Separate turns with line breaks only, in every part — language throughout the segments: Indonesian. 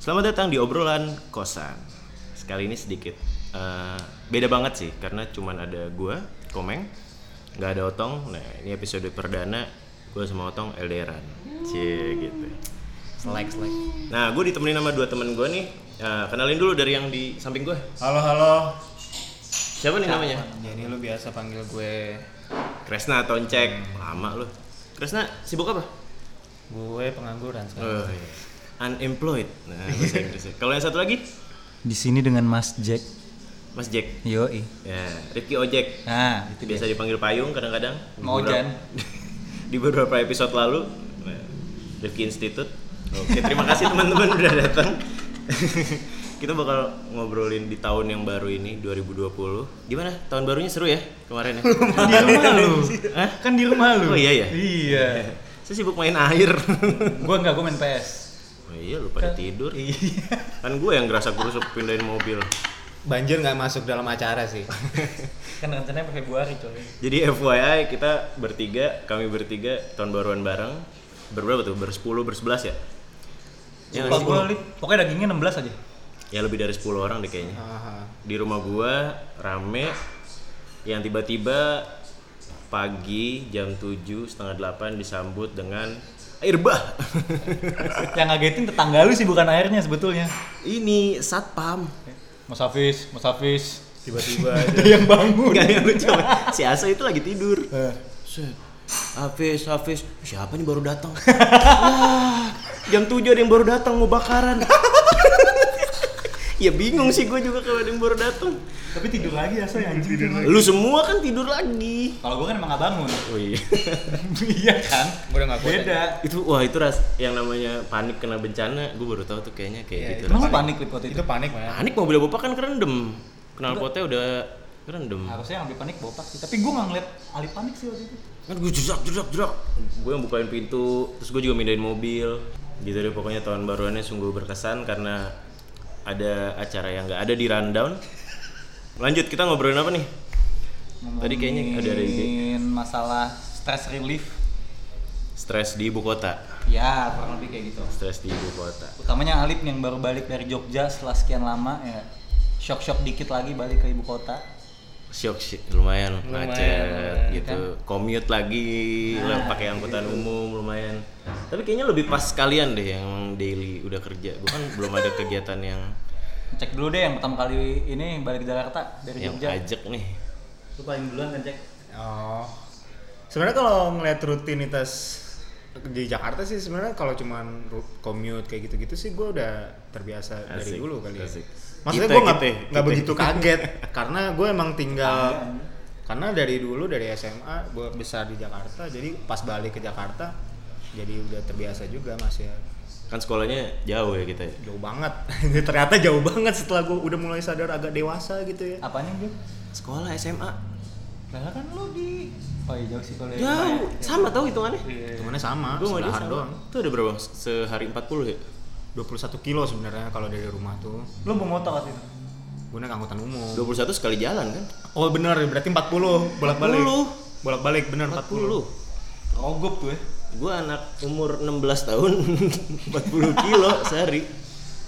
Selamat datang di obrolan kosan. Sekali ini sedikit eh, beda banget sih karena cuman ada gua, Komeng, nggak ada Otong. Nah, ini episode perdana gua sama Otong LDRan. Cie gitu.
Selek, selek.
Nah, gue ditemenin sama dua temen gua nih. Eh, kenalin dulu dari yang di samping gua.
Halo halo.
Siapa nih namanya?
Jadi lu biasa panggil gue
Kresna Toncek. Lama lu. Kresna sibuk apa?
gue pengangguran sekarang.
Oh, iya. Unemployed. Nah, bahasa Inggrisnya. Kalau yang satu lagi,
Di sini dengan Mas Jack.
Mas Jack.
Yoi.
Ya, Rifki Ojek.
Nah,
Itu biasa dipanggil payung kadang-kadang.
Mau
Beberapa- di beberapa episode lalu, nah, Rifki Institute. Oke, terima kasih teman-teman udah datang. Kita bakal ngobrolin di tahun yang baru ini 2020. Gimana? Tahun barunya seru ya kemarin ya?
di rumah lu.
Hah?
Kan di rumah lu.
Oh iya ya.
Iya.
Saya sibuk main air.
gua enggak, gua main PS.
oh, iya lupa tidur.
Iya.
Kan gue yang gerasa gerusuk pindahin mobil.
Banjir nggak masuk dalam acara sih.
Kan rencananya Februari coy.
Jadi FYI kita bertiga, kami bertiga tahun baruan bareng. Berberapa tuh? Bersepuluh, bersebelas ya? Ya, nggak
Lupa
sih?
gua, Lip. Pokoknya dagingnya 16 aja.
ya lebih dari 10 orang deh kayaknya.
Aha.
Di rumah gua rame yang tiba-tiba pagi jam 7 setengah 8 disambut dengan air bah.
Yang ngagetin tetangga lu sih bukan airnya sebetulnya.
Ini satpam.
Mas Hafiz, Mas Hafiz.
Tiba-tiba
Ada yang bangun.
Enggak yang lucu. Si Asa itu lagi tidur. Eh, Set. Hafiz, Hafiz, siapa nih baru datang? Wah, jam 7 ada yang baru datang mau bakaran. ya bingung sih gue juga kalau ada yang baru datang.
Tapi tidur lagi asa ya anjing. Tidur
Lu semua kan tidur lagi.
Kalau gua kan emang nggak bangun.
Oh iya.
iya kan?
Gua udah nggak kuat
Beda.
itu wah itu ras yang namanya panik kena bencana. Gue baru tahu tuh kayaknya kayak
Iya,
gitu.
itu
Ras.
Emang lu panik Lip waktu itu?
itu panik man.
Panik mobil bapak kan kerendem. Kenal potnya udah kerendem.
Harusnya yang lebih panik botak sih. Tapi gua nggak ngeliat Ali panik sih waktu itu.
kan gue jerak jerak jerak gue yang bukain pintu terus gue juga mindahin mobil gitu deh pokoknya tahun baruannya sungguh berkesan karena ada acara yang nggak ada di rundown lanjut kita ngobrolin apa nih Tadi kayaknya ada- ada ide.
Ngomongin masalah stress relief.
stres di ibu kota
Ya, kurang lebih kayak gitu.
stres di ibu kota
Utamanya Alip yang baru balik dari Jogja setelah sekian lama ya. Shock-shock dikit lagi balik ke ibu kota.
syok sih lumayan,
Lumayan,
macet gitu commute lagi lah pakai angkutan umum lumayan tapi kayaknya lebih pas kalian deh yang daily udah kerja gue kan belum ada kegiatan yang
Cek dulu deh yang pertama kali ini balik ke Jakarta dari
yang
Jogja.
ajak nih
Lu paling duluan kan, Cek?
Oh. Sebenarnya kalau ngeliat rutinitas di Jakarta sih sebenarnya kalau cuman ru- commute kayak gitu-gitu sih gue udah terbiasa dari
Asik,
dulu kali ya.
asik.
Maksudnya
Kita,
gue nggak
kita,
nggak
kita.
begitu kaget karena gue emang tinggal karena dari dulu dari SMA gue besar di Jakarta jadi pas balik ke Jakarta jadi udah terbiasa juga mas ya
kan sekolahnya jauh ya kita ya
jauh banget ternyata jauh banget setelah gue udah mulai sadar agak dewasa gitu ya
Apanya, Jok?
Sekolah SMA.
Lah kan lu di Oh iya, jauh sih kalau dari
Jauh,
rumah ya.
sama tau hitungannya.
Iya.
Temennya ya sama,
Gue sama dia
sebelahan
sama.
doang
Itu ada berapa? Sehari 40 ya?
21 kilo sebenarnya kalau dari rumah tuh
Lu bawa motor waktu itu?
Gue naik angkutan umum
21 sekali jalan kan?
Oh bener, berarti 40 bolak-balik
40.
Bolak-balik bener 40,
40.
Ogop tuh ya.
Gue anak umur 16 tahun 40 kilo sehari.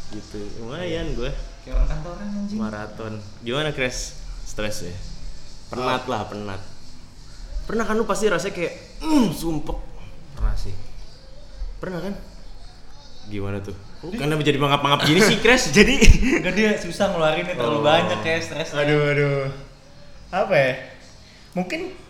Gitu. Lumayan gue
Kayak orang kantoran anjing.
maraton. Gimana Crash? Stres ya? Penat lah, penat. Pernah kan lu pasti rasanya kayak mm, sumpek.
Pernah sih
Pernah kan? Gimana tuh? Karena menjadi mangap-mangap gini sih Crash. Jadi
Enggak dia susah ngeluarinnya terlalu
Oh.
banyak kayak stres.
Aduh, aduh Apa ya? Mungkin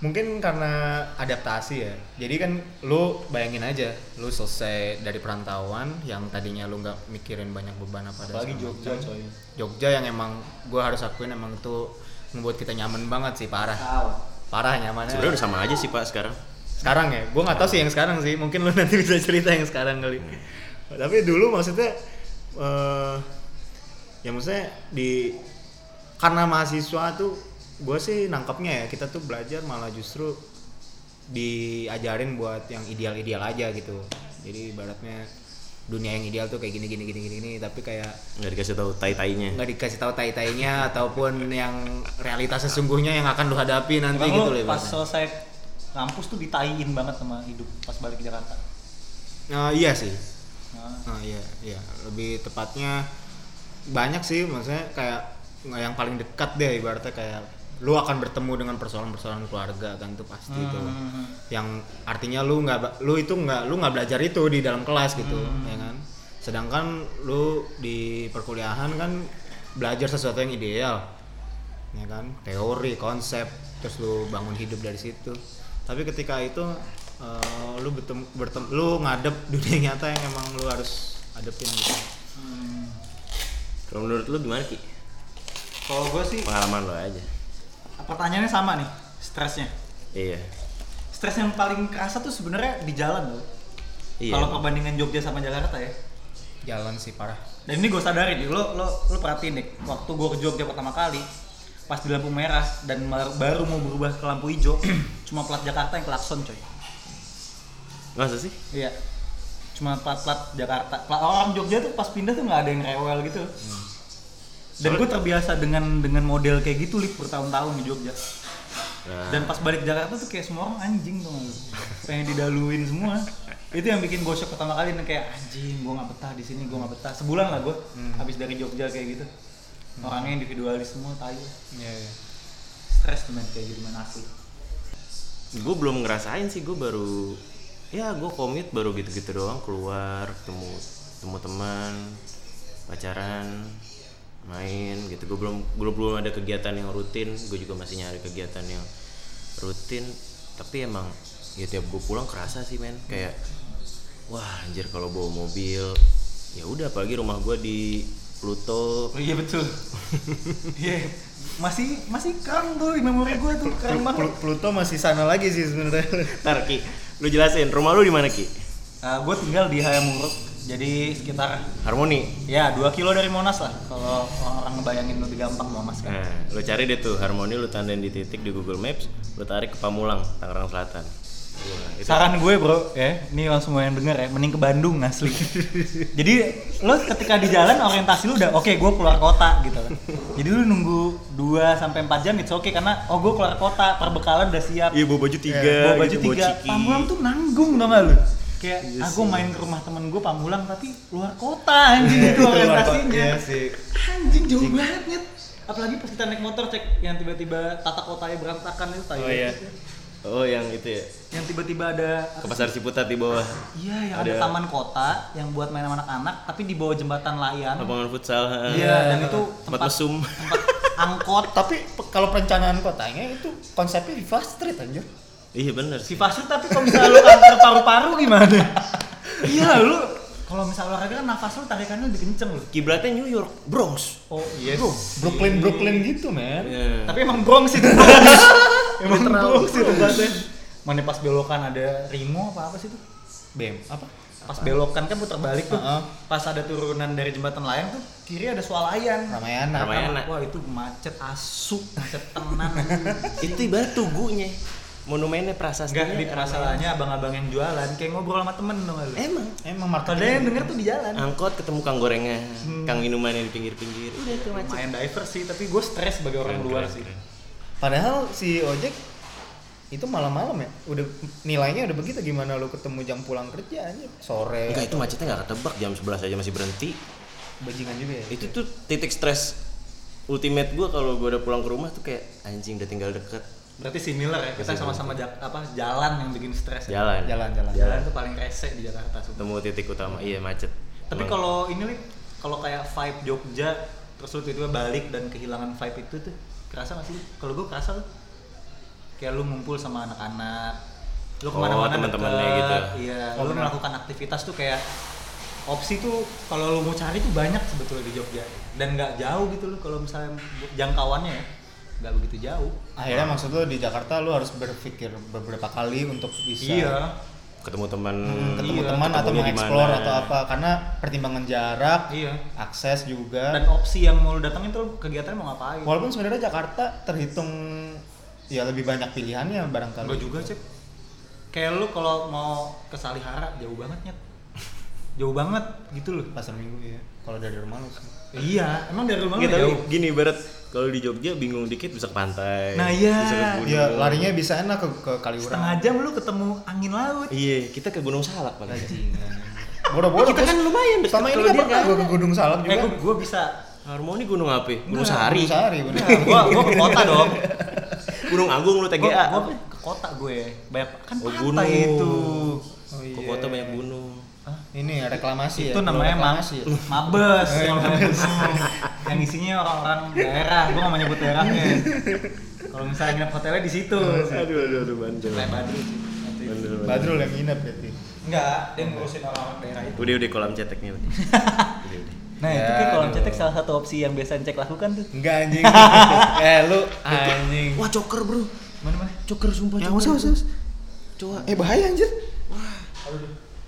Mungkin karena adaptasi ya Jadi kan lu bayangin aja Lu selesai dari perantauan Yang tadinya lu nggak mikirin banyak beban apa dan
Apalagi
segala
Jogja,
macam.
coy.
Jogja yang emang gue harus akuin emang itu membuat kita nyaman banget sih parah
Tahu.
parah nyamannya
sebenarnya udah sama aja sih Pak sekarang.
sekarang ya gue nggak tahu sih yang sekarang sih mungkin lu nanti bisa cerita yang sekarang kali tapi dulu maksudnya eh ya maksudnya di karena mahasiswa tuh gue sih nangkapnya ya kita tuh belajar malah justru diajarin buat yang ideal-ideal aja gitu jadi ibaratnya dunia yang ideal tuh kayak gini gini gini gini, gini tapi kayak
Nggak dikasih tahu tai-tainya.
nggak dikasih tahu tai-tainya ataupun yang realitas sesungguhnya yang akan lu hadapi nanti
Emang
gitu
lu
loh
pas
ibaratnya.
selesai kampus tuh ditaiin banget sama hidup pas balik ke Jakarta.
Eh, iya sih
Nah,
Nah, iya, iya. Lebih tepatnya banyak sih maksudnya kayak nggak yang paling dekat deh ibaratnya kayak lu akan bertemu dengan persoalan-persoalan keluarga kan tuh pasti itu yang artinya lu nggak ba- lu itu nggak lu nggak belajar itu di dalam kelas gitu ya kan sedangkan lu di perkuliahan kan belajar sesuatu yang ideal ya kan teori konsep terus lu bangun hidup dari situ tapi ketika itu eh, lu betem, bertem, lu ngadep dunia nyata yang emang lu harus adepin gitu
hmm.
Kalau menurut lu gimana Ki?
Kalau gue sih
Pengalaman lo aja.
pertanyaannya sama nih, stresnya.
Iya.
Stres yang paling kerasa tuh sebenarnya di jalan loh.
Iya.
Kalau perbandingan Jogja sama Jakarta ya.
Jalan sih parah.
Dan ini gue sadarin nih, lo lo lo perhatiin nih, waktu gue ke Jogja pertama kali, pas di lampu merah dan mar- baru mau berubah ke lampu hijau, cuma plat Jakarta yang klakson coy.
Masa sih?
Iya. Cuma plat-plat Jakarta. Plat orang Jogja tuh pas pindah tuh nggak ada yang rewel gitu. Dan gue terbiasa dengan dengan model kayak gitu lip bertahun-tahun di Jogja.
Nah,
Dan pas balik Jakarta tuh kayak semua orang anjing tuh pengen didaluin semua. Itu yang bikin gue shock pertama kali dan kayak anjing gue nggak betah di sini gue nggak betah. Sebulan lah gue habis dari Jogja kayak gitu. Orangnya individualis semua tayu.
Iya, iya.
Stres tuh men kayak gitu men asli.
gue belum ngerasain sih gue baru ya gue komit baru gitu-gitu doang keluar ketemu ketemu teman pacaran main gitu gue belum gue belum ada kegiatan yang rutin gue juga masih nyari kegiatan yang rutin tapi emang ya tiap gue pulang kerasa sih men kayak wah anjir kalau bawa mobil ya udah pagi rumah gue di Pluto
Oh iya betul. Iya. Masih masih keren tuh di memori gue tuh keren banget.
Plu- Pluto masih sana lagi sih sebenarnya
Ntar Ki, lu jelasin rumah lu di mana Ki?
gue Eh, tinggal di Hayamuruk, jadi sekitar
Harmoni.
ya 2 kilo dari Monas lah. Kalau orang ngebayangin lebih gampang Monas kan.
Nah, lu cari deh tuh harmoni lu tandain di titik di Google Maps, lu tarik ke Pamulang, Tangerang Selatan. Wah, itu
Saran gue bro, ya, ini orang semua yang denger ya, mending ke Bandung asli. Jadi lo ketika di jalan orientasi lu udah, oke gue keluar kota gitu loh. Jadi lu nunggu 2 sampai 4 jam itu oke karena oh gue keluar kota, perbekalan udah siap.
Iya, bawa baju tiga,
bawa baju
gitu, bawa
tiga
ciki. Iya
Pamulang tuh nanggung nama lu kayak aku main ke rumah temen gue Pamulang tapi luar kota anjing itu orientasinya
Iya sih
anjing jauh banget Nyet. apalagi pas kita naik motor cek yang tiba-tiba tata kotanya berantakan itu tai.
Oh iya. Oh, yang itu ya.
yang tiba-tiba ada
Ke pasar Ciputat di bawah.
iya yang ada,
Ada-
taman kota yang buat main sama anak-anak tapi di bawah jembatan layan
Lapangan futsal. ha.
iya dan itu
Tempat
tempat
mesum.
tempat angkot
tapi pe- kalau perencanaan kotanya itu konsepnya di fast street anjir
iya bener sih.
si pasir tapi kalau misalnya lu kanker paru-paru gimana iya lu kalau misalnya olahraga kan nafas lu tarikannya lebih kenceng lu
Kiblatnya New York, Bronx.
Oh iya.
Bro, Brooklyn Brooklyn gitu men
Iya.
Tapi emang Bronx itu. emang Bronx itu tempatnya. Mana pas belokan ada Rimo apa apa sih tuh?
Bem apa
Pas belokan kan putar balik tuh.
Heeh.
Pas ada turunan dari jembatan layang tuh kiri ada swalayan.
Ramayana
Ramayana.
Wah itu macet asu, macet tenan.
Itu ibarat tugunya. Monumennya prasastinya.
Enggak di perasaannya abang-abang yang jualan kayak ngobrol sama temen dong lu.
Emang
emang market
Padahal yang denger tuh di jalan.
angkot ketemu kang gorengan, kang minumannya di pinggir-pinggir. Udah tuh macet.
Lumayan diverse sih, tapi gue stres sebagai orang
Keren,
luar
keren,
sih.
keren.
padahal si ojek itu malam-malam ya udah nilainya udah begitu gimana lu ketemu jam pulang kerja anjir sore
Enggak itu macetnya nggak ketebak jam 11 aja masih berhenti.
bajingan juga ya
itu tuh titik stres ultimate gue kalau gue udah pulang ke rumah tuh kayak anjing udah tinggal deket
Berarti similar ya, kita sama-sama ja- apa jalan yang bikin stres. ya.
jalan
jalan jalan
Jalan tuh paling rese di Jakarta sumpah.
ketemu titik utama iya macet
Tapi
Emang.
kalau ini Lip, kalau kayak vibe Jogja terus lu tiba-tiba balik dan kehilangan vibe itu tuh kerasa gak sih? Lip? Kalau gue kerasa tuh kayak lu ngumpul sama anak-anak, lu
Oh,
kemana-mana
teman-temannya
deket,
gitu.
iya,
Oh,
lu
benar.
melakukan aktivitas tuh kayak opsi tuh kalau lu mau cari tuh banyak sebetulnya di Jogja dan nggak jauh gitu loh kalau misalnya bu- jangkauannya ya nggak begitu jauh.
akhirnya maksud lu di Jakarta lu harus berpikir beberapa kali untuk bisa
ketemu teman
Hmm, ketemu
Iya,
teman atau
ketemunya di
mengeksplor
mana.
atau apa karena pertimbangan jarak
iya.
akses juga
Dan opsi yang mau lu datengin tuh kegiatan mau ngapain?
Walaupun sebenarnya Jakarta terhitung ya lebih banyak pilihannya barangkali.
Enggak juga, Cep. Kayak lu kalau mau ke Salihara jauh banget, Nyet. Jauh banget gitu loh.
Pasar Minggu ya. Kalau dari rumah lu sih.
Iya, emang dari rumah lu
Nggak, tapi
jauh.
gini ibarat kalau di Jogja bingung dikit bisa ke pantai
Nah, iya.
bisa ke gunung
Iya, larinya bisa enak ke ke
Setengah
Kaliurang.
jam lu ketemu angin laut.
iya kita ke Gunung Salak paling
Bajingan. bodoh-bodoh.
Kita kan
Terus
lumayan dekat
Selama ini
kalau
nggak
dia
pernah
nggak
gue
ada.
ke Gunung Salak
eh
juga.
gua, gua bisa
Harmoni gunung apa? Gunung Sahari.
Gunung Sahari, bener.
gua gua ke kota dong
Gunung Agung lu
gua,
TGA.
gua ke kota gue banyak kan
Oh,
pantai
gunung.
itu
Oh,
Ke
iya.
kota banyak gunung.
Ini ya, reklamasi ya.
itu namanya
Pulau
ma
reklamasi ya.
Iya, mabes yang namanya gunung. yang isinya orang-orang daerah gua nggak mau nyebut daerahnya kalau misalnya nginep hotelnya di situ
Aduh aduh aduh bandel. Bandel, bandel.
Badrul yang nginep ya, berarti.
enggak dia ngurusin orang-orang daerah itu
Udah udah kolam ceteknya udah. Udah, udah.
nah itu kan
Ya,
kolam
aduh.
cetek salah satu opsi yang biasa cek lakukan tuh
Enggak anjing. eh lu anjing.
Wah joker bro,
mana mana
joker sumpah
Ya,
joker.
usah, usah, usah.
Coba
Eh bahaya anjir.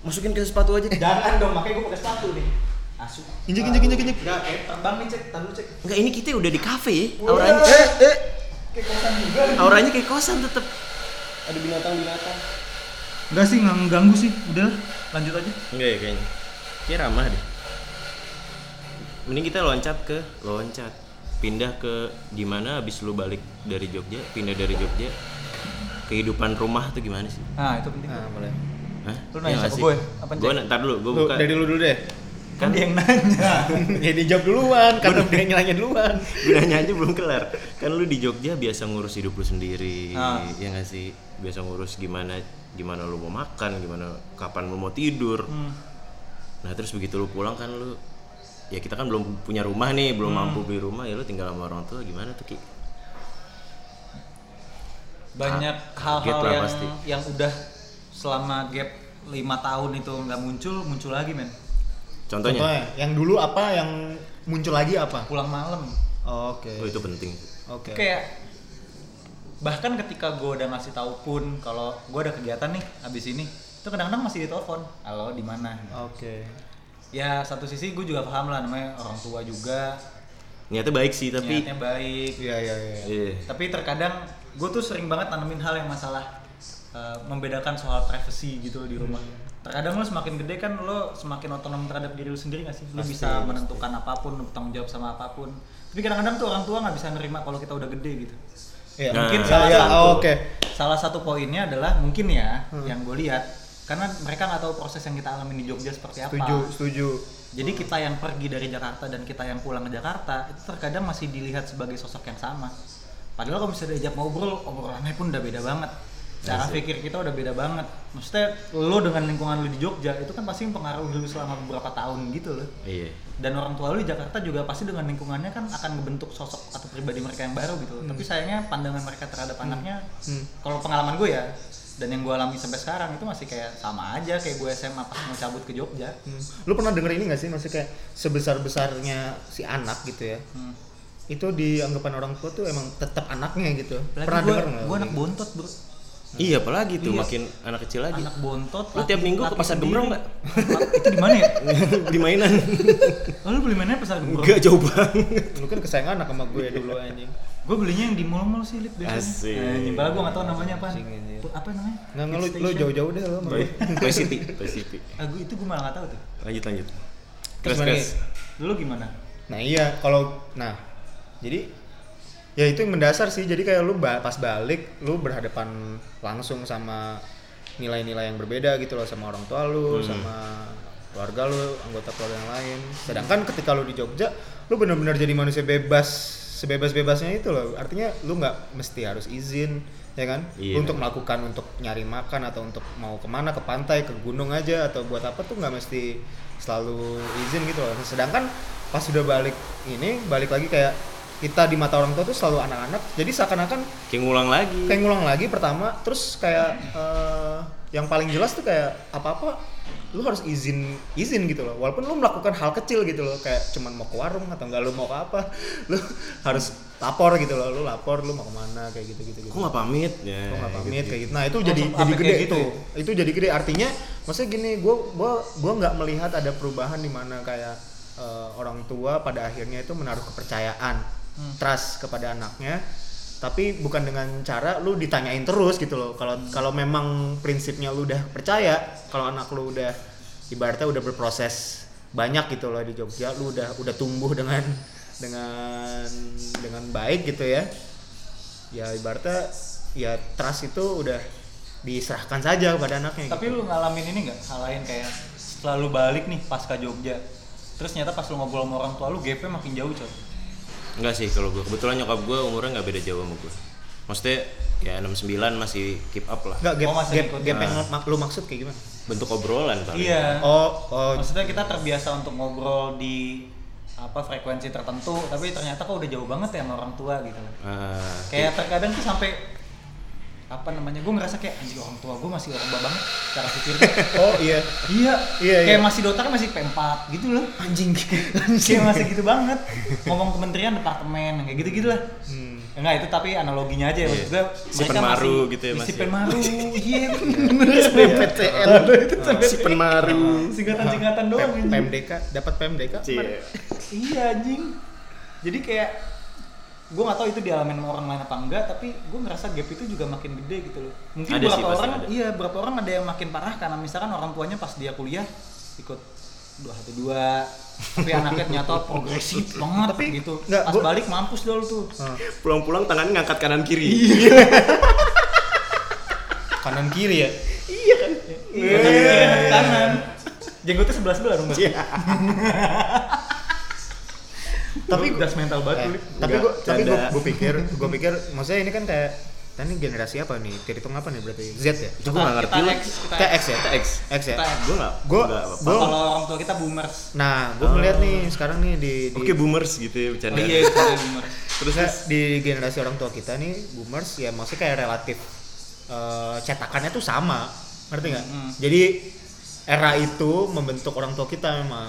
masukin ke sepatu aja.
Eh, jangan dong makanya gua pakai sepatu nih asu
Injek injek injek injek.
enggak eh terbang nih cek tahu cek
Enggak ini kita udah di kafe ya.
Udah.
Auranya,
Eh eh.
auranya kayak kosan tetep.
Ada binatang-binatang.
enggak sih nggak ganggu sih udah lanjut aja
Enggak ya kayaknya. Kayak ramah deh. Mending kita loncat ke loncat. Pindah ke gimana abis lu balik dari Jogja, pindah dari Jogja. Kehidupan rumah tuh gimana sih?
nah itu penting
Nah, boleh.
Hah? Ya
Lu nanya
nggak
sama
sih?
ya?
gue, apa
Gue
cek?
na- ntar dulu, gue
Lu
buka.
dari lu dulu deh.
kan dia yang nanya
ya dijawab duluan karena dia yang nanya duluan.
Gue nanya aja belum kelar. Kan lu di Jogja biasa ngurus hidup lu sendiri,
Ah.
ya nggak sih? Biasa ngurus gimana gimana lu mau makan, gimana kapan lu mau tidur.
Hmm.
Nah terus begitu lu pulang kan lu ya kita kan belum punya rumah nih,
Hmm.
belum mampu beli rumah ya lu tinggal sama orang tua gimana tuh Ki?
banyak
Kaget
hal-hal
lah
yang
pasti.
yang udah selama gap lima tahun itu nggak muncul muncul lagi men
Contohnya,
yang dulu apa yang muncul lagi apa?
pulang malam
Oke.
oh itu penting.
Oke.
kayak bahkan ketika gue udah ngasih tahu pun kalau gue ada kegiatan nih abis ini itu kadang-kadang masih ditelepon halo di mana
Oke.
ya satu sisi gue juga paham lah namanya orang tua juga
Niatnya baik sih tapi
niatnya baik
Iya iya iya.
Iya.
tapi terkadang gue tuh sering banget nanemin hal yang masalah uh, membedakan soal privacy gitu di rumah terkadang lo semakin gede kan lo semakin otonom terhadap diri lo sendiri gak sih lo
Pasti,
bisa
pasti.
menentukan apapun lo bertanggung jawab sama apapun tapi kadang-kadang tuh orang tua nggak bisa nerima kalau kita udah gede gitu
Iya,
Nah,
mungkin
ya,
salah
ya,
satu.
oh,
Oke.
salah satu poinnya adalah mungkin ya yang gue lihat karena mereka nggak tahu proses yang kita alami di Jogja seperti apa
Setuju, setuju.
jadi kita yang pergi dari Jakarta dan kita yang pulang ke Jakarta itu terkadang masih dilihat sebagai sosok yang sama. Padahal kalau misalnya diajak ngobrol, obrolannya pun udah beda banget. Cara pikir kita udah beda banget. Maksudnya lo dengan lingkungan lo di Jogja itu kan pasti mempengaruhi lo selama beberapa tahun gitu loh.
Iya.
Dan orang tua lo di Jakarta juga pasti dengan lingkungannya kan akan membentuk sosok atau pribadi mereka yang baru gitu. Tapi sayangnya pandangan mereka terhadap anaknya, kalau pengalaman gue ya, dan yang gue alami sampai sekarang itu masih kayak sama aja kayak gue SMA pas mau cabut ke Jogja.
Hmm. Lu pernah denger ini gak sih masih kayak sebesar-besarnya si anak gitu ya?
Hmm.
Itu dianggapan orang tua tuh emang tetap anaknya gitu.
Apalagi
pernah
gua-
denger nggak?
gua anak bontot bro
Iya apalagi tuh
Iya.
makin anak kecil lagi.
anak bontot
Lu tiap minggu ke pasar Gembrong nggak?
itu di mana ya
Di mainan.
Oh, lu beli mainnya pasar gembrong
Enggak jauh banget.
Lu kan kesayangan anak sama gue dulu anjing.
gue belinya yang di mall-mall sih lip biasanya
Asik.
Eh, padahal gue gak tau namanya apa
Asik, anjing.
apa namanya
Nggak nggak, lu,
Hit
lu
station.
jauh-jauh deh lu sama gue.
Toy City, Toy City.
ah, gua- itu gue malah gak tau tuh
Lanjut lanjut.
Terus
Terus
gimana,
terus.
Ki?
dulu gimana
Nah iya kalau nah jadi ya itu yang mendasar sih jadi kayak lu ba- pas balik lu berhadapan langsung sama nilai-nilai yang berbeda gitu loh sama orang tua lu sama keluarga lu anggota keluarga yang lain sedangkan ketika lu di Jogja lu benar-benar jadi manusia bebas sebebas-bebasnya itu loh artinya lu nggak mesti harus izin ya kan
Iya.
untuk melakukan untuk nyari makan atau untuk mau kemana ke pantai ke gunung aja atau buat apa tuh nggak mesti selalu izin gitu loh sedangkan pas sudah balik ini balik lagi kayak kita di mata orang tua tuh selalu anak-anak jadi seakan-akan
Kayak ngulang lagi.
kayak ngulang lagi pertama terus kayak eh, yang paling jelas tuh kayak apa-apa lu harus izin izin gitu loh walaupun lu melakukan hal kecil gitu loh kayak cuman mau ke warung atau enggak lu mau ke apa lu harus lapor gitu loh lu lapor lu mau kemana kayak gitu gitu, gitu.
Kok nggak pamit? Ya.
Kok nggak
gitu.
pamit kayak gitu. Nah itu
Langsung
jadi
sampai
jadi
kayak
gede
gitu
tuh. Itu jadi gede. Artinya, maksudnya gini, gue gua gua nggak melihat ada perubahan di mana kayak eh, orang tua pada akhirnya itu menaruh kepercayaan,
Hmm.
trust kepada anaknya. Tapi bukan dengan cara lu ditanyain terus gitu loh. Kalau
Hmm.
kalau memang prinsipnya lu udah percaya, kalau anak lu udah ibaratnya udah berproses banyak gitu loh di Jogja, lu udah udah tumbuh dengan dengan dengan baik gitu ya ya ibaratnya ya trust itu udah diserahkan saja kepada anaknya gitu.
tapi lu ngalamin ini gak hal lain kayak selalu balik nih pasca Jogja terus ternyata pas lu ngobrol sama orang tua lu gapnya makin jauh coy
Enggak sih kalau gue. Kebetulan nyokap gue umurnya nggak beda jauh sama gue. Maksudnya ya 69 masih keep up lah.
Enggak, gap,
Oh, masih
gap,
ngikut.
gap yang
Ah.
mak- lu maksud kayak gimana?
Bentuk obrolan paling.
iya
Oh, oh
maksudnya kita terbiasa untuk ngobrol di apa frekuensi tertentu tapi ternyata kok udah jauh banget ya sama orang tua gitu loh
Ah,
kayak terkadang tuh sampai apa namanya gue ngerasa kayak anjing orang tua gue masih orang banget cara pikirnya
oh iya.
iya,
Iya, iya.
kayak masih dotar masih P4 gitu loh anjing kayak masih gitu banget ngomong kementerian departemen kayak gitu gitu lah
Hmm.
Ya enggak itu tapi analoginya aja ya
Iya.
maksud gue
Si
mereka
penmaru
masih-
gitu ya,
si
masih.
penmaru iya
PPTN itu
si penmaru.
singkatan-singkatan doang
Pem-
anjing.
PMDK dapat PMDK.
Cie.
Iya anjing. Jadi kayak gue gak tahu itu dialamin sama orang lain apa enggak, tapi gue ngerasa gap itu juga makin gede gitu loh. Mungkin
Ada sih,
berapa
pasti
orang,
ada.
iya berapa orang ada yang makin parah karena misalkan orang tuanya pas dia kuliah ikut dua satu dua, tapi anaknya ternyata progresif banget tapi, gitu.
enggak,
pas
gua-
balik mampus dulu tuh.
Pulang-pulang tangannya ngangkat kanan kiri.
Kanan kiri ya.
Iya, kanan, kanan. Jenggotnya sebelah sebelah dong. Iya.
Tapi
Tapi gas mental banget.
Eh,
Lip.
tapi
Enggak,
gue tapi gua,
canda.
gua pikir gue pikir maksudnya ini kan kayak kita ini generasi apa nih? Terhitung apa nih berarti? Z ya?
Itu gue nggak ngerti
Kita
lah.
X, kita X.
TX ya?
TX.
X ya?
Kita X.
Gue nggak.
Gua-
nggak apa-apa.
gua-
Kalau orang tua kita boomers.
Nah, gue melihat nih sekarang nih di, di
Oke boomers gitu ya bercanda.
Oh iya, kita boomers.
terus di generasi orang tua kita nih boomers ya maksudnya kayak relatif eh, cetakannya tuh sama ngerti nggak
Mm.
jadi era itu membentuk orang tua kita memang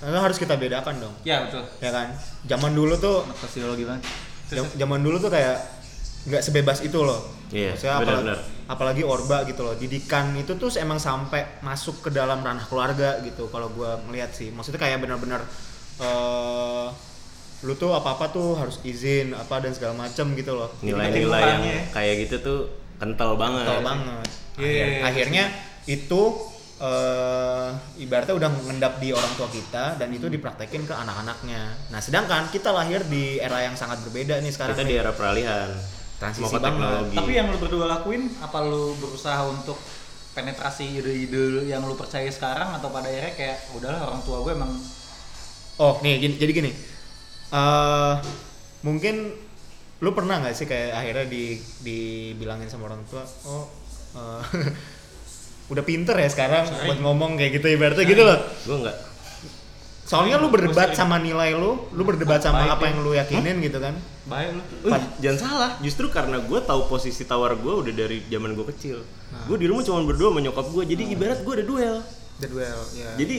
karena harus kita bedakan dong
Ya betul.
ya kan zaman dulu tuh
Anak sosiologi banget.
jam- ya, zaman dulu tuh kayak nggak sebebas itu loh
Iya,
Maksudnya apala-
benar-benar.
apalagi orba gitu loh didikan itu tuh emang sampai masuk ke dalam ranah keluarga gitu kalau gua melihat sih maksudnya kayak benar-benar eh lu tuh apa-apa tuh harus izin apa dan segala macem gitu loh
Nilai-nilai yang
Ketimpangannya.
kayak gitu tuh kental banget.
Kental banget.
Iya,
Akhir-
iya, iya.
Akhirnya itu eh, ibaratnya udah mengendap di orang tua kita dan itu dipraktekin ke anak-anaknya. Nah, sedangkan kita lahir di era yang sangat berbeda nih sekarang.
Kita di
nih.
era peralihan.
Transisi
Mau ke
banget.
teknologi.
Tapi yang lu berdua lakuin apa lu berusaha untuk penetrasi ide-ide yang lu percaya sekarang atau pada akhirnya kayak udahlah orang tua gue emang
Oh, nih gini, jadi gini. Eh mungkin lu pernah nggak sih kayak akhirnya di dibilangin sama orang tua, "Oh, eh, udah pinter ya sekarang buat ngomong kayak gitu ibaratnya gitu loh."
Gue nggak.
Soalnya lu berdebat sama nilai lu, lu berdebat sama
Baik,
apa
ya.
yang lu yakinin gitu kan.
baik lu.
Eh, jangan salah, justru karena gue tahu posisi tawar gue udah dari zaman gue kecil. Gue di rumah cuma berdua sama nyokap gue, jadi ibarat gue ada duel.
The duel, ya.
Jadi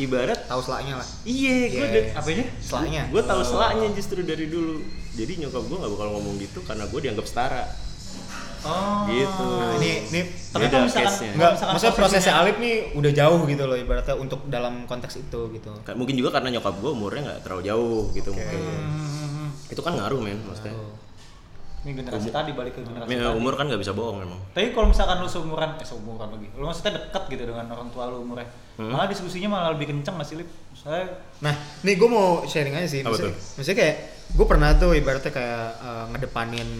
ibarat
tahu selaknya lah
iye gue
Iya.
udah
Eh, Apanya?
selaknya
gue tahu selaknya justru dari dulu. Jadi nyokap gue nggak bakal ngomong gitu karena gue dianggap setara.
Oh.
Gitu.
Nah, ini ini
Tapi
Beda
kalau misalkan,
case-nya.
kalau
enggak
misalkan ya?
maksudnya
posisinya-
prosesnya Alif nih udah jauh gitu loh ibaratnya untuk dalam konteks itu gitu
Ka- Mungkin juga karena nyokap gue umurnya nggak terlalu jauh gitu
Oke.
mungkin.
Hmm,
Itu kan ngaruh men, maksudnya.
ini generasi tadi balik ke generasi
Ya,
tadi.
umur kan nggak bisa bohong emang.
Tapi kalau misalkan lu seumuran, eh seumuran lagi, lu maksudnya deket gitu dengan orang tua lu umurnya, malah diskusinya malah lebih kenceng masih lip. Saya
nah nih gue mau sharing aja sih
Apa
maksudnya,
tuh?
maksudnya kayak gue pernah tuh ibaratnya kayak eh, ngedepanin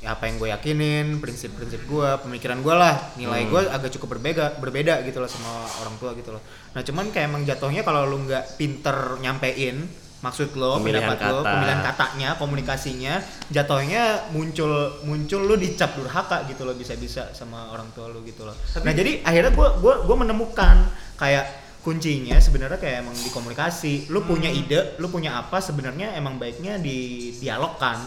ya apa yang gue yakinin prinsip-prinsip gue pemikiran gue lah nilai
Hmm.
gue agak cukup berbeda berbeda gitu loh sama orang tua gitu loh nah cuman kayak emang jatuhnya kalau lu nggak pinter nyampein maksud lo
Pemilihan
pendapat lo
kata.
pemilihan katanya komunikasinya jatuhnya muncul muncul lu dicap durhaka gitu loh bisa-bisa sama orang tua lu gitu loh nah jadi akhirnya gue gua gua menemukan kayak kuncinya sebenarnya kayak emang di komunikasi lu punya ide lu punya apa sebenarnya emang baiknya di dialogkan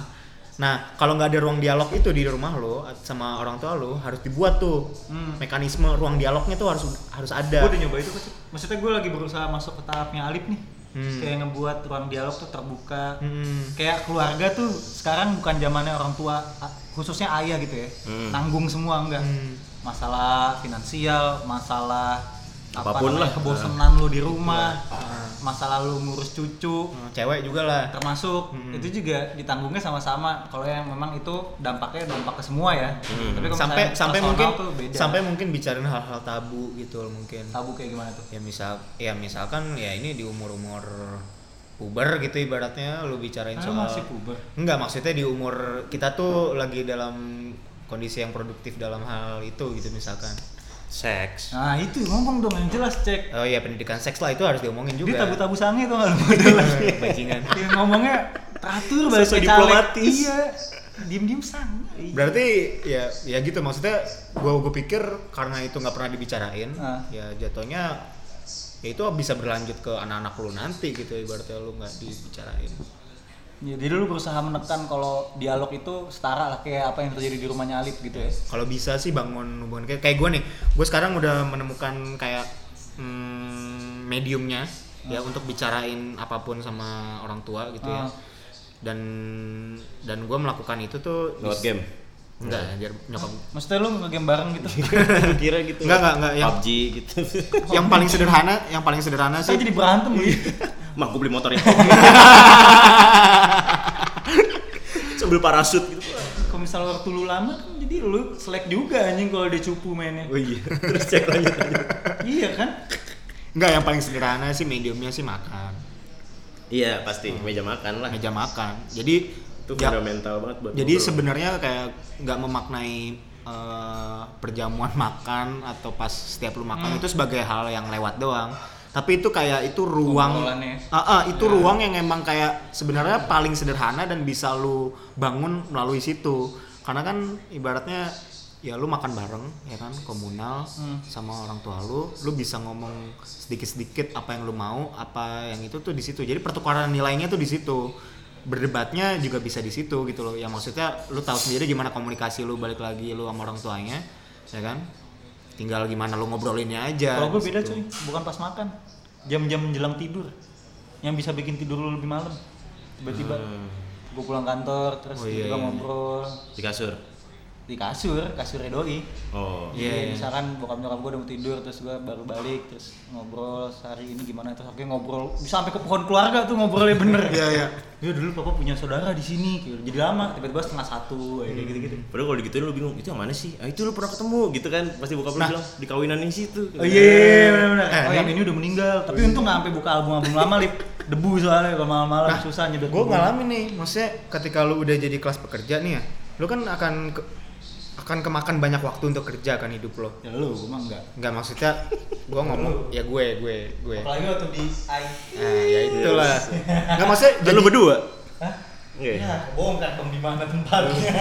nah kalau nggak ada ruang dialog itu di rumah lo sama orang tua lo harus dibuat tuh
Hmm.
mekanisme ruang dialognya tuh harus harus ada
Gue udah nyoba itu Coach. Maksudnya gue lagi berusaha masuk ke tahapnya Alip nih.
Hmm.
Kayak ngebuat ruang dialog tuh terbuka.
Hmm.
Kayak keluarga tuh sekarang bukan zamannya orang tua, a- khususnya ayah gitu ya.
Hmm.
Nanggung semua enggak.
Hmm.
Masalah finansial, masalah apa
Apapun
namanya,
lah.
kebosenan lu di rumah, masalah lu ngurus cucu,
Hmm, cewek juga lah
termasuk
Hmm.
itu juga ditanggungnya sama-sama. Kalau yang memang itu dampaknya dampak ke semua ya.
Hmm.
Tapi kalau
sampai
misalnya
sampai
personal
mungkin
tuh beda.
sampai mungkin bicarain hal-hal tabu gitu loh mungkin
tabu kayak gimana tuh?
ya misal ya misalkan ya ini di umur umur puber gitu ibaratnya lu bicarain
Ah,
soal
masih puber.
enggak maksudnya di umur kita tuh lagi dalam kondisi yang produktif dalam hal itu gitu misalkan
seks
Nah itu ngomong dong yang jelas cek.
Oh iya pendidikan seks lah itu harus diomongin
Dia
juga.
ya.
tabu-tabu sange tuh nggak modelnya.
bajingan.
Dia ngomongnya teratur banget
Sesuai
kayak
diplomatis.
Iya. Diem-diem sange.
Berarti ya ya gitu maksudnya gua gua pikir karena itu nggak pernah dibicarain,
Ah.
ya jatuhnya ya itu bisa berlanjut ke anak-anak lu nanti gitu ibaratnya lu nggak dibicarain.
Ya, jadi lu berusaha menekan kalau dialog itu setara lah kayak apa yang terjadi di rumahnya Alif gitu ya.
Kalau bisa sih bangun hubungan kayak kayak gua nih, gue sekarang udah menemukan kayak mm, mediumnya ya untuk bicarain apapun sama orang tua gitu ya.
Ah.
Dan dan gua melakukan itu tuh di-
lewat game
Enggak, biar nyokap
Maksudnya lu nge-game bareng gitu.
kira gitu
Enggak, enggak, enggak. Yang,
PUBG gitu
yang paling sederhana, yang paling sederhana
Saya
sih
jadi berantem gitu.
mah gue beli motor ya sambil parasut gitu
Kalau misal waktu lu lama kan jadi lu selek juga anjing kalau dia cupu mainnya.
oh iya terus cek lanjut
iya kan?
Enggak, yang paling sederhana sih mediumnya sih makan.
iya pasti meja makan lah
Meja makan. Jadi
itu
ya-
fundamental banget buat
jadi
ngobrol.
sebenarnya kayak nggak memaknai eh, perjamuan makan atau pas setiap lu makan itu sebagai hal yang lewat doang. Tapi itu kayak itu ruang
Obrolannya.
Ah, ah, itu
Iya.
ruang yang emang kayak sebenarnya paling sederhana dan bisa lu bangun melalui situ. Karena kan ibaratnya ya lu makan bareng ya kan komunal
Hmm.
sama orang tua lu, lu bisa ngomong sedikit-sedikit apa yang lu mau, apa yang itu tuh di situ. Jadi pertukaran nilainya tuh di situ. Berdebatnya juga bisa di situ gitu loh. Yang maksudnya lu tahu sendiri gimana komunikasi lu balik lagi lu sama orang tuanya, ya kan? Tinggal gimana lu ngobrolinnya aja.
Kalau gue
di
beda
situ.
cuy, bukan pas makan. Jam-jam menjelang tidur. Yang bisa bikin tidur lu lebih malam. Tiba-tiba gue pulang kantor terus
Oh, iya,
tiba-tiba
iya.
ngobrol
di kasur
di kasur, kasurnya doi.
oh
Iya, iya.
Jadi misalkan bokap nyokap gue udah mau tidur terus gue baru balik terus ngobrol sehari ini gimana terus akhirnya ngobrol bisa sampai ke pohon keluarga tuh ngobrolnya bener.
Iya, iya.
Ya dulu papa punya saudara di sini, kayak gitu. jadi lama tiba-tiba setengah satu ya, kayak gitu-gitu.
Padahal kalau digituin lu bingung, itu yang mana sih? Ah itu lu pernah ketemu gitu kan. Pasti bokap lu
Nah.
bilang di kawinan yang situ.
Oh iya, iya, benar-benar.
Eh,
oh yang ini udah meninggal, tapi untung nggak sampai buka album-album lama, Lip. Debu soalnya kalau malam-malam
Nah,
susah nyedot.
gue
debu.
ngalamin nih maksudnya ketika lu udah jadi kelas pekerja nih ya lu kan akan ke- akan kemakan banyak waktu untuk kerja kan hidup lo
Ya lu, gua mah enggak.
nggak maksudnya gue ngomong ya gue gue gue
Apalagi waktu di AI.
nah ya itulah nggak maksudnya
Dan Kan lu berdua?
Hah?
Iya.
Ya, bongkar dong di mana tempatnya.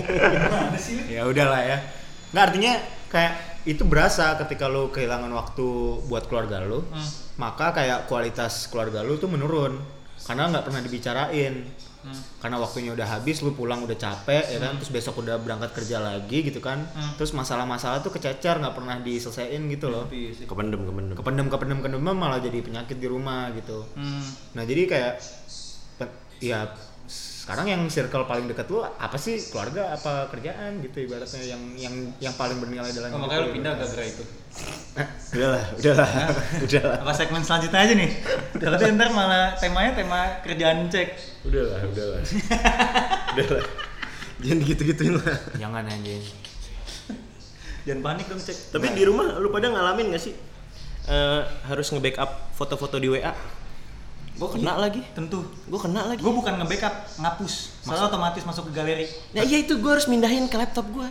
Gimana sih lu?
ya udahlah ya nggak artinya kayak itu berasa ketika lu kehilangan waktu buat keluarga lu
Hmm.
maka kayak kualitas keluarga lu tuh menurun karena nggak pernah dibicarain
Hmm.
karena waktunya udah habis lu pulang udah capek ya kan terus besok udah berangkat kerja lagi gitu kan
Hmm.
terus masalah-masalah tuh kececer nggak pernah diselesain gitu loh
Tapi iya sih.
Kependem, kependem.
kependem kependem kependem malah jadi penyakit di rumah gitu
Hmm.
nah jadi kayak pe- ya sekarang yang circle paling dekat lu apa sih keluarga apa kerjaan gitu ibaratnya yang yang yang paling bernilai dalam
Oh,
hidup
makanya lu
gitu.
pindah gara-gara itu.
udahlah, udahlah. udahlah.
Apa segmen selanjutnya aja nih? Tapi ntar malah temanya tema kerjaan cek.
Udahlah, udahlah. udahlah. Jangan gitu-gituin lah.
jangan anjing
Jangan panik dong cek.
Tapi di rumah lu pada ngalamin gak sih? Eh, harus nge-backup foto-foto di WA. Gue kena lagi.
Tentu.
Gue kena lagi.
Gue bukan nge-backup, ngapus. Soalnya otomatis masuk ke galeri.
Nah iya itu gue harus mindahin ke laptop gue.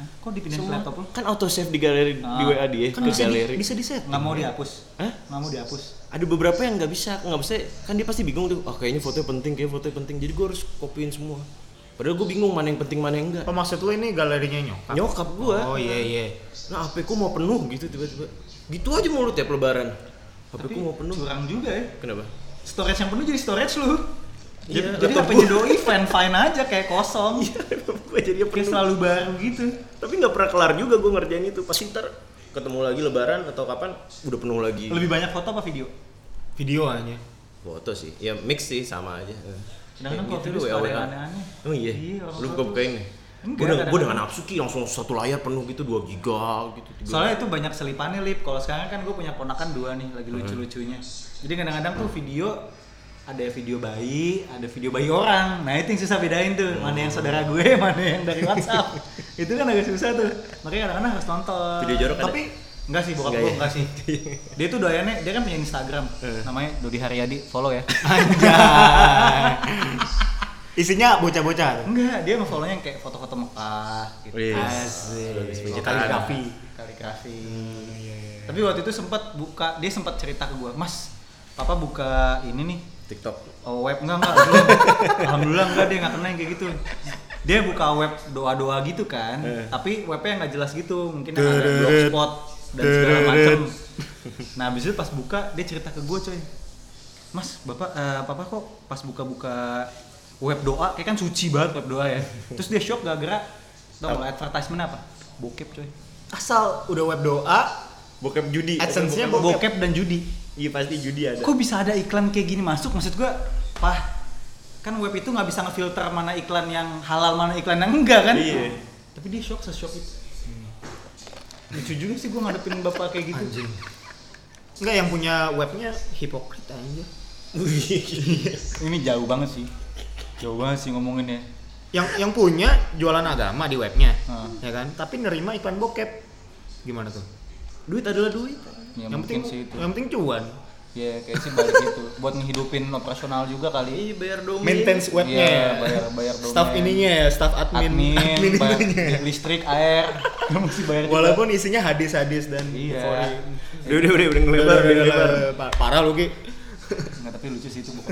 Hah, Kok dipindahin ke laptop lu?
Kan autosave di galeri di
Ah.
WA dia.
kan
di
bisa di,
galeri.
bisa di set
Nggak mau dihapus.
Hah?
Nggak mau dihapus.
ada beberapa yang nggak bisa nggak bisa kan dia pasti bingung tuh oh kayaknya fotonya penting kayaknya fotonya penting jadi gue harus kopiin semua padahal gue bingung mana yang penting mana yang enggak
oh maksud lu ini galerinya nyokap
nyokap gue
oh iya iya
nah HP ku mau penuh gitu tiba-tiba gitu aja mulu tiap lebaran HP ku mau penuh
kurang juga ya.
kenapa
Storage yang penuh jadi storage lu.
Iya,
Jadi, jadi
laptop
HP-nya doi fan fine aja kayak kosong.
gue jadi
kayak
penuh
selalu baru gitu.
tapi nggak pernah kelar juga gue ngerjain itu pasti ntar ketemu lagi lebaran atau kapan udah penuh lagi
Lebih banyak foto apa video?
Iya,
video aja
foto sih ya mix sih sama aja Ya,
Kadang-kadang kalau
gitu
video
WA.
suka ada yang aneh-aneh.
Oh iya.
Iya, orang
Lu
tua
buka bukain nih.
Enggak,
Gue udah gue udah
kadang-kadang.
nggak nafsu ki langsung satu layar penuh gitu 2 giga gitu. tiga.
Soalnya itu banyak selipannya lip. Kalau sekarang kan gue punya ponakan dua nih lagi lucu-lucunya. Jadi kadang-kadang tuh video ada video bayi, ada video bayi orang. Nah itu yang susah bedain tuh mana yang saudara gue, mana yang dari WhatsApp. itu kan agak susah tuh. Makanya kadang-kadang harus nonton.
Video jorok ada?
Tapi enggak sih bokap
Enggak
gue
ya?
enggak sih. Dia tuh doyannya dia kan punya Instagram.
Eh.
Namanya Dodi Haryadi, follow ya.
isinya bocah-bocah tuh.
enggak, dia mau follow yang kayak foto-foto Mekah gitu.
Wih,
Asik.
Bagus, puji
Kaligrafi.
tangan.
rekreasi
iya, iya.
tapi waktu itu sempat buka dia sempat cerita ke gue mas papa buka ini nih
TikTok.
Oh web enggak enggak belum. Alhamdulillah enggak dia enggak kena yang kayak gitu. Dia buka web doa-doa gitu kan, tapi webnya nggak jelas gitu, mungkin yang ada
Deret.
blogspot dan segala
Deret.
macam. Nah abis itu pas buka dia cerita ke gue coy, mas bapak eh, papa kok pas buka-buka web doa, kayak kan suci banget web doa ya. Terus dia shock gara-gara tau nggak advertisement apa? Bokep coy.
Asal udah web doa,
Bokep judi.
AdSense-nya
Bokep-
bokep.
Bokep dan judi.
Iya pasti judi ada.
Kok bisa ada iklan kayak gini masuk? Maksud gua, pah, kan web itu nggak bisa ngefilter mana iklan yang halal, mana iklan yang enggak kan?
Iya.
Tapi dia shock, se-shock itu. Lucu juga sih gua ngadepin bapak kayak gitu.
enggak yang punya webnya hipokrit aja.
Ini jauh banget sih. Jauh banget sih ngomonginnya.
Yang yang punya jualan agama di webnya,
Hmm.
ya kan? Tapi nerima iklan bokep, gimana tuh?
Duit adalah duit.
Ya,
yang
mungkin
penting,
sih itu.
yang penting cuan.
Ya kayak sih balik gitu. Buat ngehidupin operasional juga kali.
Iya bayar domain.
Maintenance webnya,
Iya,
ya.
bayar- bayar
staff
domain.
ininya ya, staff admin,
Admin, bayar
itunya.
listrik, air, kamu mesti bayar juga.
Walaupun isinya hadis-hadis dan
Iya.
eufori.
Udah udah udah udah
Udah,
ngelebar
udah,
udah
udah,
ngelebar.
udah, par- Parah lu Ki.
Nggak, tapi lucu sih itu bukan.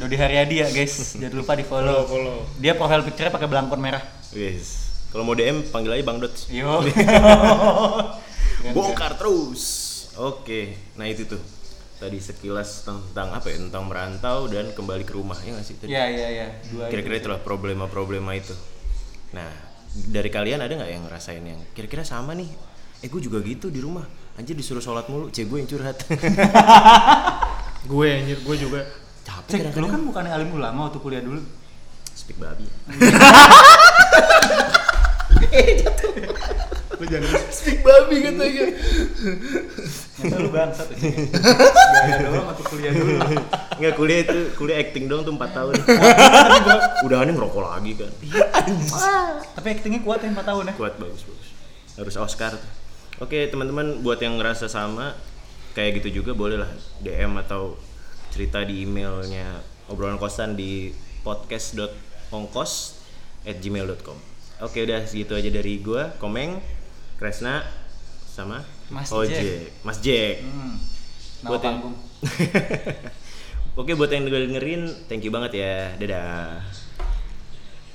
Dodi Haryadi ya guys, jangan lupa di follow.
Follow, follow.
Dia profile picture pakai belangkon merah.
Yes. Kalau mau DM panggil aja Bang Dots.
Yo. ya.
Bongkar terus. Oke. Nah itu tuh. Tadi sekilas tentang apa ya? Tentang merantau dan kembali ke rumah ya nggak sih? Tadi?
Iya iya iya. Dua itu.
Kira-kira itulah problema-problema itu. Nah, dari kalian ada nggak yang ngerasain yang kira-kira sama nih? Eh gue juga gitu di rumah. Anjir disuruh sholat mulu, cek gue yang curhat.
Gue anjir, gue juga.
Capek
Cek, lu
kadang-kadang.
kan bukan alim ulama waktu kuliah dulu.
Speak babi.
Lu jangan speak babi katanya.
Nyata lu bangsat ya. Cek, ya. Gaya doang waktu kuliah dulu.
Nggak kuliah itu, kuliah acting dong tuh 4 tahun. Udah aneh ngerokok lagi kan.
Tapi actingnya kuat ya 4 tahun ya.
Kuat bagus bagus. Harus Oscar. tuh. Oke teman-teman, buat yang ngerasa sama kayak gitu juga boleh lah DM atau cerita di emailnya obrolan kosan di podcast.ongkos at gmail.com Oke udah segitu aja dari gua, Komeng, Kresna, sama
Mas
Ojek.
Jack.
Mas Jack.
Hmm. Nama
Buat yang-
panggung.
Oke buat yang dengerin, thank you banget ya. Dadah.